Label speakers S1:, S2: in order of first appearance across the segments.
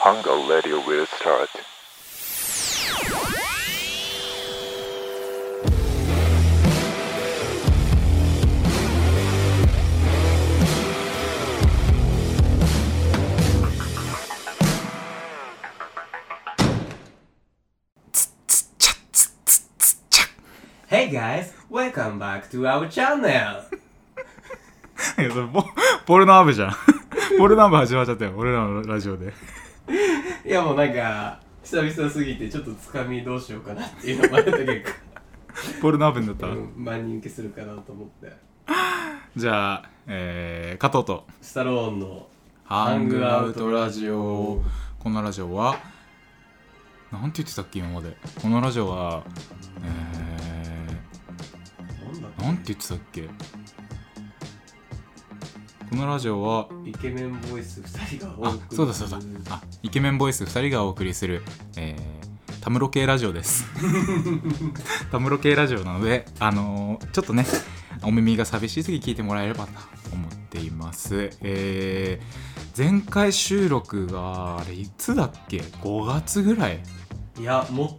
S1: Hunger Radio will start.
S2: チャッツッツッツッチャッ
S3: Hey guys, welcome back to our channel!
S2: いやそれポ ポルノアブじゃん ポルノアブ始まっちゃったよ俺らのラジオで
S3: いやもうなんか、久々すぎてちょっとつかみどうしようかなっていうのもあった結
S2: ポルノアブになった、
S3: 果、 うん万人受けするかなと思って。
S2: じゃあ、えー、加藤と
S3: スタローンの、
S2: ハン
S3: ン
S2: グ
S3: グ
S2: ア
S3: ア
S2: ウ
S3: ウ
S2: ト
S3: ト
S2: ラ
S3: ラ
S2: ジ
S3: ジ
S2: オ
S3: オ
S2: このラジオはなんて言ってたっけ今までこのラジオはえ
S3: なんだっ
S2: ー、なんて言ってたっけこのラジオは
S3: けイケメンボイス2人が多
S2: あ
S3: く
S2: そうだそうだあイケメンボイス2人がお送りする、えー、タムロ系ラジオです タムロ系ラジオなのであのーちょっとねお耳が寂しい時聞いてもらえればと思っていますえー、前回収録があれいつだっけ5月ぐらい
S3: いや、もっ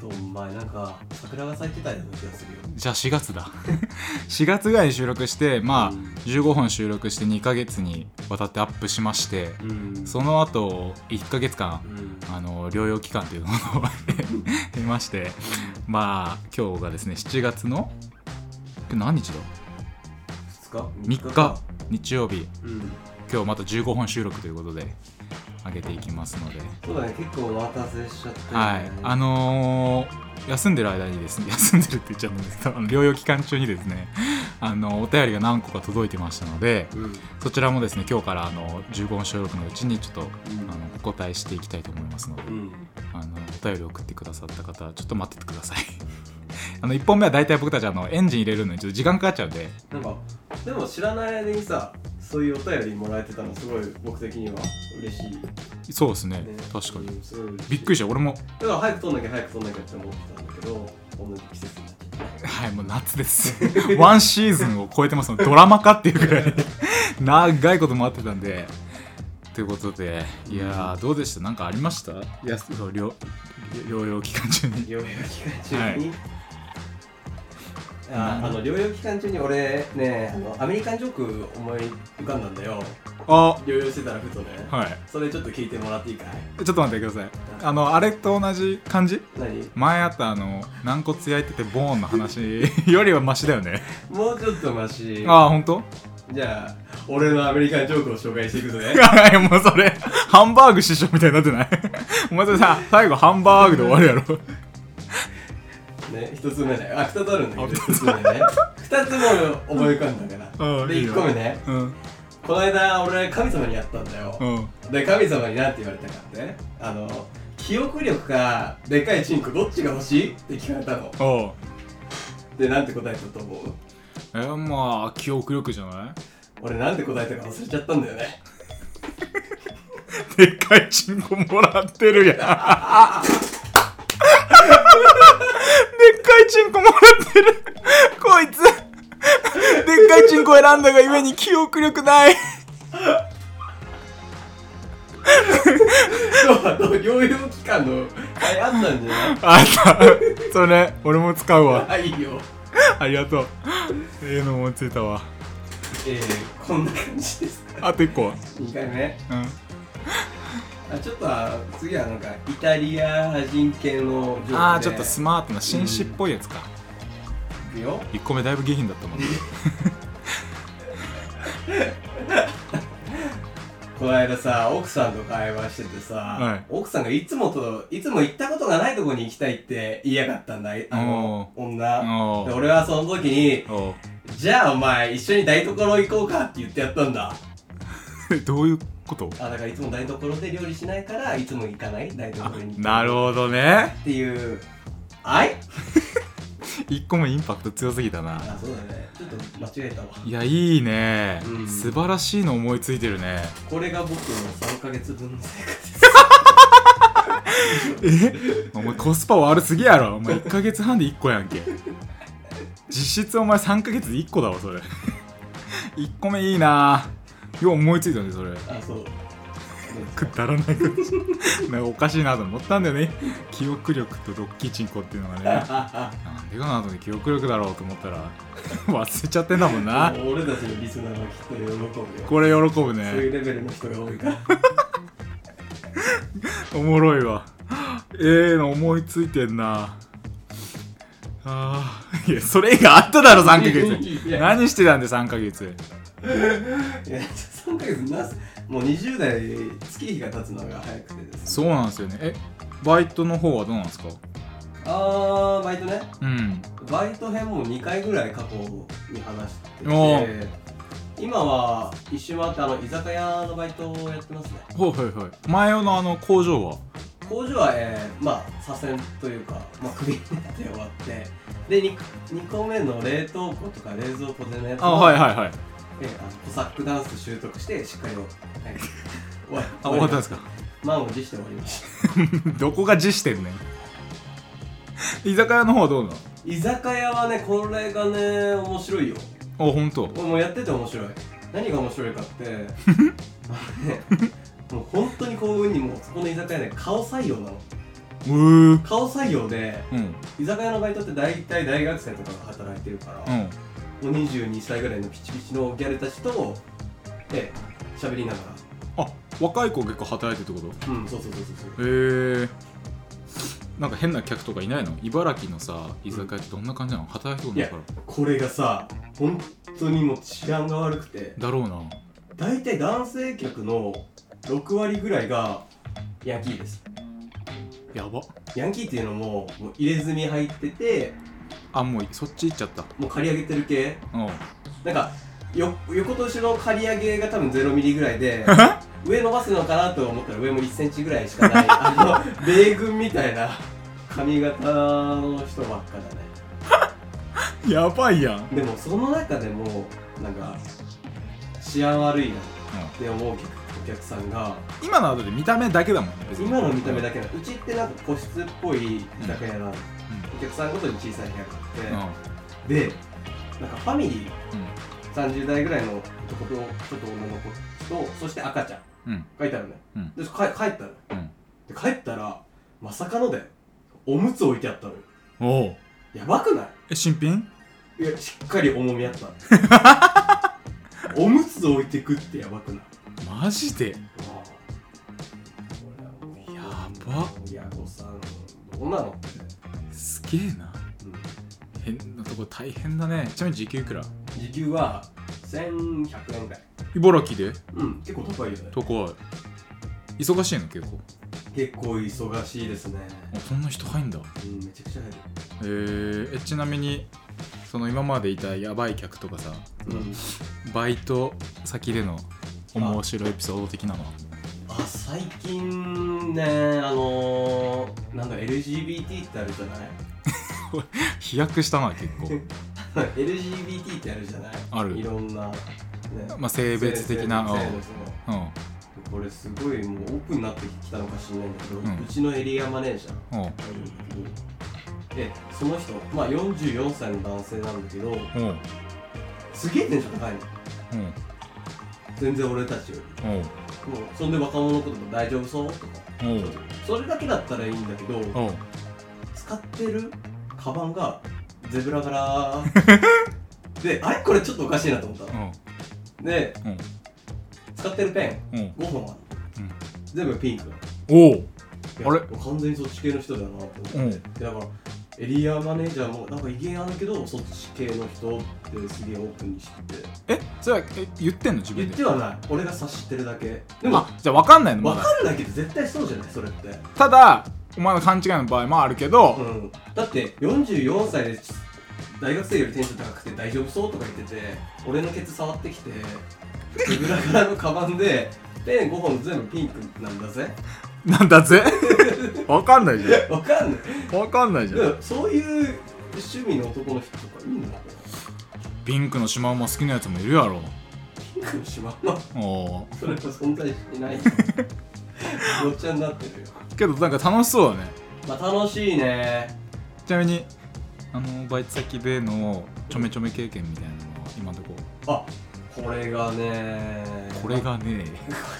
S3: と前なんか、桜が咲いてたような気がするよ。
S2: じゃあ4月だ 4月ぐらいに収録してまあ
S3: うん
S2: 15本収録して2ヶ月にわたってアップしまして
S3: うん。
S2: その後1ヶ月間
S3: うん。
S2: あの療養期間というものを経ましてまあ今日がですね7月の今日何日だ
S3: 2日
S2: 3日。日曜日
S3: うん。
S2: 今日また15本収録ということで上げていきますので、
S3: そうだね、結構お待たせしちゃって、
S2: はいあ
S3: の、
S2: のー休んでる間にですね 休んでるって言っちゃうんですけどあの療養期間中にですねあのお便りが何個か届いてましたので
S3: うん。
S2: そちらもですね今日からあの15本収録のうちにちょっと
S3: うん
S2: あのお答えしていきたいと思いますので
S3: う。ん。
S2: あのお便り送ってくださった方ちょっと待っててください あの1本目は大体僕たちあのエンジン入れるのにちょっと時間かかっちゃうんで
S3: なんかでも知らない間にさそういうお便りもらえてたのすごい僕的には嬉しい、ね、
S2: そうですね確かに
S3: うんすごい嬉しい
S2: びっくりした俺も
S3: だから早く撮んなきゃ早く撮んなきゃって思ってたんだけどこんな季節になっちゃっ
S2: はいもう夏です ワンシーズンを超えてますのでドラマ化っていうぐらい 長いこと待ってたんでということでいやーどうでしたなんかありましたいやそう療療養期間中
S3: た
S2: に
S3: 療養期間中に、あ
S2: な
S3: あの療養期間中に俺ねあのアメリカンジョーク思い浮かんだんだよ
S2: あ
S3: 療養してたらふとね、
S2: はい
S3: それちょっと聞いてもらっていいかい
S2: ちょっと待ってくださいあのあれと同じ感じ
S3: 何
S2: 前あったあの軟骨焼いててボーンの話よりはマシだよね
S3: もうちょっとマシ
S2: ああ本当？
S3: じゃあ俺のアメリカンジョークを紹介していくとね
S2: いやいやもうそれハンバーグ師匠みたいになってない お前それさ最後ハンバーグで終わるや ろ
S3: ね、一つ目ね、あ、二つあるんだけど、一つ目 ね。二つも思い浮かんだか
S2: う
S3: ら。
S2: ん
S3: で、
S2: いい
S3: 一
S2: よ
S3: 個目ね、
S2: うん
S3: この間俺神様にやったんだよ
S2: う。ん
S3: で、神様になんて言われたかってね、あの、記憶力か、でかいチンコどっちが欲しいって聞かれたの。
S2: おう
S3: で、なんて答えたと思う
S2: えまあ記憶力じゃない
S3: 俺なんて答えたか忘れちゃったんだよね。
S2: でっかいチンコもらってるやん でっかいチンコもらってる こいつでっかいチンコ選んだがゆえに記憶力ない
S3: そう、あの、療養期間の、あれあったんじゃない
S2: あんた それ俺も使うわ
S3: あ、いいよ。
S2: ありがとうええの思いついたわ
S3: えー、こんな感じですか。
S2: あと1個は
S3: 2回目。
S2: うん
S3: あ、ちょっとあ、次はなんか、イタリア人系のジョークで
S2: ああちょっとスマートな紳士っぽいやつか、
S3: いくよ。
S2: 1個目だいぶ下品だったもんね
S3: この間さ奥さんと会話しててさ、
S2: はい
S3: 奥さんがいつもといつも行ったことがないとこに行きたいって言いやがったんだあの女
S2: お
S3: で
S2: う
S3: 俺はその時に
S2: おう
S3: 「じゃあお前一緒に台所行こうか」って言ってやったんだ
S2: えどういう こと
S3: あだからいつも台所で料理しないからいつも行かない台所に
S2: なるほどね
S3: っていうあい
S2: 1個目インパクト強すぎたな
S3: あそうだねちょっと間違えたわ
S2: いやいいね、
S3: うん
S2: 素晴らしいの思いついてるね
S3: これが僕の3ヶ月分の生活です
S2: えお前コスパ悪すぎやろお前1ヶ月半で1個やんけ実質お前3ヶ月で1個だわそれ1個目いいなよう思いついたねそれ
S3: あそう
S2: くだらないことなんかおかしいなと思ったんだよね記憶力とドッキーチンコっていうのがねなんでかなと思って記憶力だろうと思ったら忘れちゃってんだもんな
S3: 俺たちのリスナーはきっと喜ぶよ
S2: これ喜ぶ
S3: そうい
S2: ね
S3: うレベルの人が多いから
S2: おもろいわええの思いついてんなあーいやそれがあっただろ3ヶ月
S3: いや
S2: 何してたんで3ヶ月
S3: いや3ヶ月なすもう20代月日が経つのが早くてです
S2: そうなんですよねえバイトの方はどうなんですか
S3: あーバイトね
S2: うん
S3: バイト編も2回ぐらい過去に話して
S2: おー
S3: て今は一周回ってあの居酒屋のバイトをやってますね
S2: ほいほいほい前のあの工場は
S3: 工場は、えーまあ左遷というか、まあ、クビになって終わってで 2, 個目の冷凍庫とか冷蔵庫でのやつ
S2: あ
S3: を
S2: はいはいはい
S3: えーあのコサックダンス習得してしっかり終わ,、はい、終わ
S2: あ終わったんですか
S3: 満を持して終わりました
S2: どこが辞してんねん居酒屋の方はどうなの
S3: 居酒屋はねこれがね面白いよ
S2: あ本当。
S3: もうやってて面白い何が面白いかってあのねもう本当に幸運にもそこの居酒屋ね顔採用なの
S2: うー
S3: 顔採用で
S2: うん
S3: 居酒屋のバイトって大体大学生とかが働いてるか
S2: う
S3: ら、
S2: ん
S3: もう22歳ぐらいのピチピチのギャルたちとええ喋りなが
S2: あ若い子結構働いてるってこ
S3: らうんそうそうそうそう
S2: とへえなんか変な客とかいないの茨城のさ居酒屋ってどんな感じなの働いてことないから
S3: そうこれがさ本当にもう治安が悪くて
S2: だろうな
S3: 大体男性客の6割ぐらいがヤンキーです
S2: やば
S3: ヤンキーっていうのももう入れ墨入ってて
S2: あもうそっち行っちゃった
S3: もう刈り上げてる系
S2: うん
S3: なんかよ横と後ろの刈り上げが多分0ミリぐらい で上伸ばすのかなと思ったら上も1センチぐらいしかない あの米軍みたいな髪型の人ばっかだね
S2: やばいやん、うん、
S3: でもその中でもなんか治安悪いなって思う客お客さんが
S2: 今のはだって見た目だけだもんね別に
S3: 今の見た目だけなうちってなんか個室っぽい居酒屋なの、お客さんごとに小さい部屋が
S2: う
S3: あ
S2: んうん
S3: って、でなんかファミリー30代ぐらいの男のちょっと女の子とそして赤ちゃん
S2: うん
S3: がいたのね、
S2: うん
S3: でか帰ったの、
S2: うん
S3: で帰ったらまさかのだよおむつ置いてあったのよ
S2: おお
S3: やばくな
S2: え新品
S3: いいやしっかり重みあった おむつ置いてくってやばくない
S2: マジでやば
S3: 親御さんどうなのって、
S2: すげえな変なとこ大変だねちなみに時給いくら
S3: うん、時給は1100円ぐらい
S2: 茨城で
S3: うん結構高いよね
S2: 高い忙しいの結構
S3: 結構忙しいですね、
S2: あそんな人入んだへ
S3: うん、めちゃくちゃ入る
S2: ええちなみにその今までいたヤバい客とかさ、
S3: うん、
S2: バイト先での面白いエピソード的なのは
S3: あ最近ねあのー、なんだ LGBT ってあるじゃない
S2: 飛躍したな結 構
S3: LGBT ってあるじゃない
S2: ある
S3: いろんな、ね、
S2: まあ性別的な
S3: 性性別
S2: うんうん
S3: のこれすごいもうオープンになってきたのかしらないんだけど、
S2: う
S3: うんちのエリアマネージャーが
S2: うん
S3: いるんだけどでその人まあ44歳の男性なんだけど
S2: うんうん
S3: すげえテンション高いの全然俺たちより
S2: うん
S3: もうそんで若者のことも大丈夫そうとか
S2: うん
S3: それだけだったらいいんだけど、
S2: うん
S3: 使ってるカバンがゼブラ 柄であれこれちょっとおかしいなと思ったので、
S2: うん
S3: 使ってるペ
S2: うんうん
S3: ン5本ある、
S2: うん
S3: 全部ピンクなの
S2: おお
S3: いや
S2: あ
S3: 完全にそっち系の人だなって思って、
S2: うん
S3: でだからエリアマネージャーもなんか威厳あるけどそっち系の人ってすげえオープンにしてて
S2: えそれはえ言ってんの自
S3: 言
S2: 分
S3: っ
S2: で
S3: てはない俺が察してるだけでも
S2: あじゃあ分かんないのま
S3: 分
S2: だ
S3: かんないけど絶対そうじゃないそれって
S2: ただお前の勘違いの場合もあるけど、
S3: うん、だって44歳で大学生よりテンション高くて大丈夫そうとか言ってて俺のケツ触ってきて手ぶら柄のカバンで ペン5本全部ピンクなんだぜ
S2: なんだぜわかんないじゃ
S3: わかんない
S2: んわかんないじ
S3: で
S2: ゃん
S3: もそういう趣味の男の人とかいいのかな
S2: ピンクのシマウマ好きなやつもいるやろ
S3: ピンクのしまんま
S2: おー
S3: それは存在して ないごっちゃになってるよ
S2: けどなんか楽しそうだね
S3: まあ楽しいね
S2: ちなみにあのバイト先でのちょめちょめ経験みたいなのは今のとこ
S3: あこれがね
S2: これがね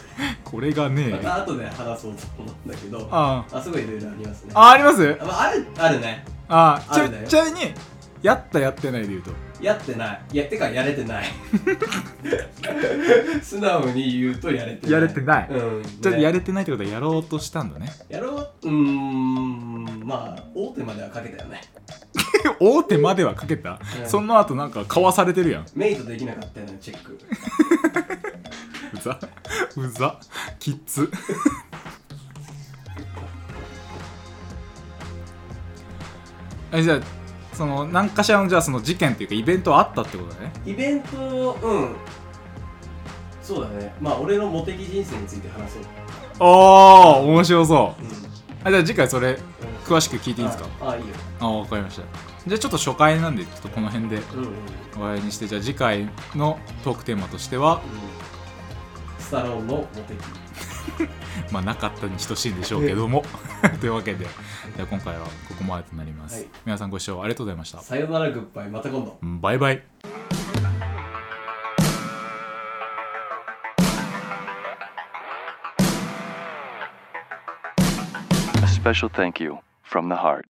S2: これが
S3: ま
S2: ね
S3: た後で話そうと思うんだけどあ
S2: あ
S3: すごいいろいろありますね
S2: あああります
S3: まあ、あるあるね
S2: ああち
S3: あるだ
S2: な
S3: よ
S2: ちなみにやったやってないで言うと
S3: やってないいやってかやれてない 素直に言うとやれてない
S2: やれてない
S3: うん、
S2: じゃあ
S3: ね
S2: やれてないってことはやろうとしたん だね
S3: やろううーんまあ大手まではかけたよね
S2: 大手まではかけた、
S3: うん
S2: その後なんかかわされてるやん
S3: メイトできなかったよねチェック
S2: うざうざキッズ えじゃあその何かしらのじゃあその事件っていうかイベントはあったってことだね
S3: イベントうんそうだねまあ俺のモテギ人生について話そう、
S2: ああ面白そう
S3: うんうん、
S2: あじゃあ次回それ詳しく聞いていいですか
S3: ああいいよ
S2: あわかりましたじゃあちょっと初回なんでちょっとこの辺で
S3: うんうん、うん、
S2: 終わりにしてじゃあ次回のトークテーマとしては
S3: スタローンのモテギ
S2: まあなかったに等しいんでしょうけども というわけでじゃあ今回はここまでとなります、
S3: はい
S2: 皆さんご視聴ありがとうございました
S3: さよならグッバイまた今度
S2: バイバイ
S4: A special thank you from the heart.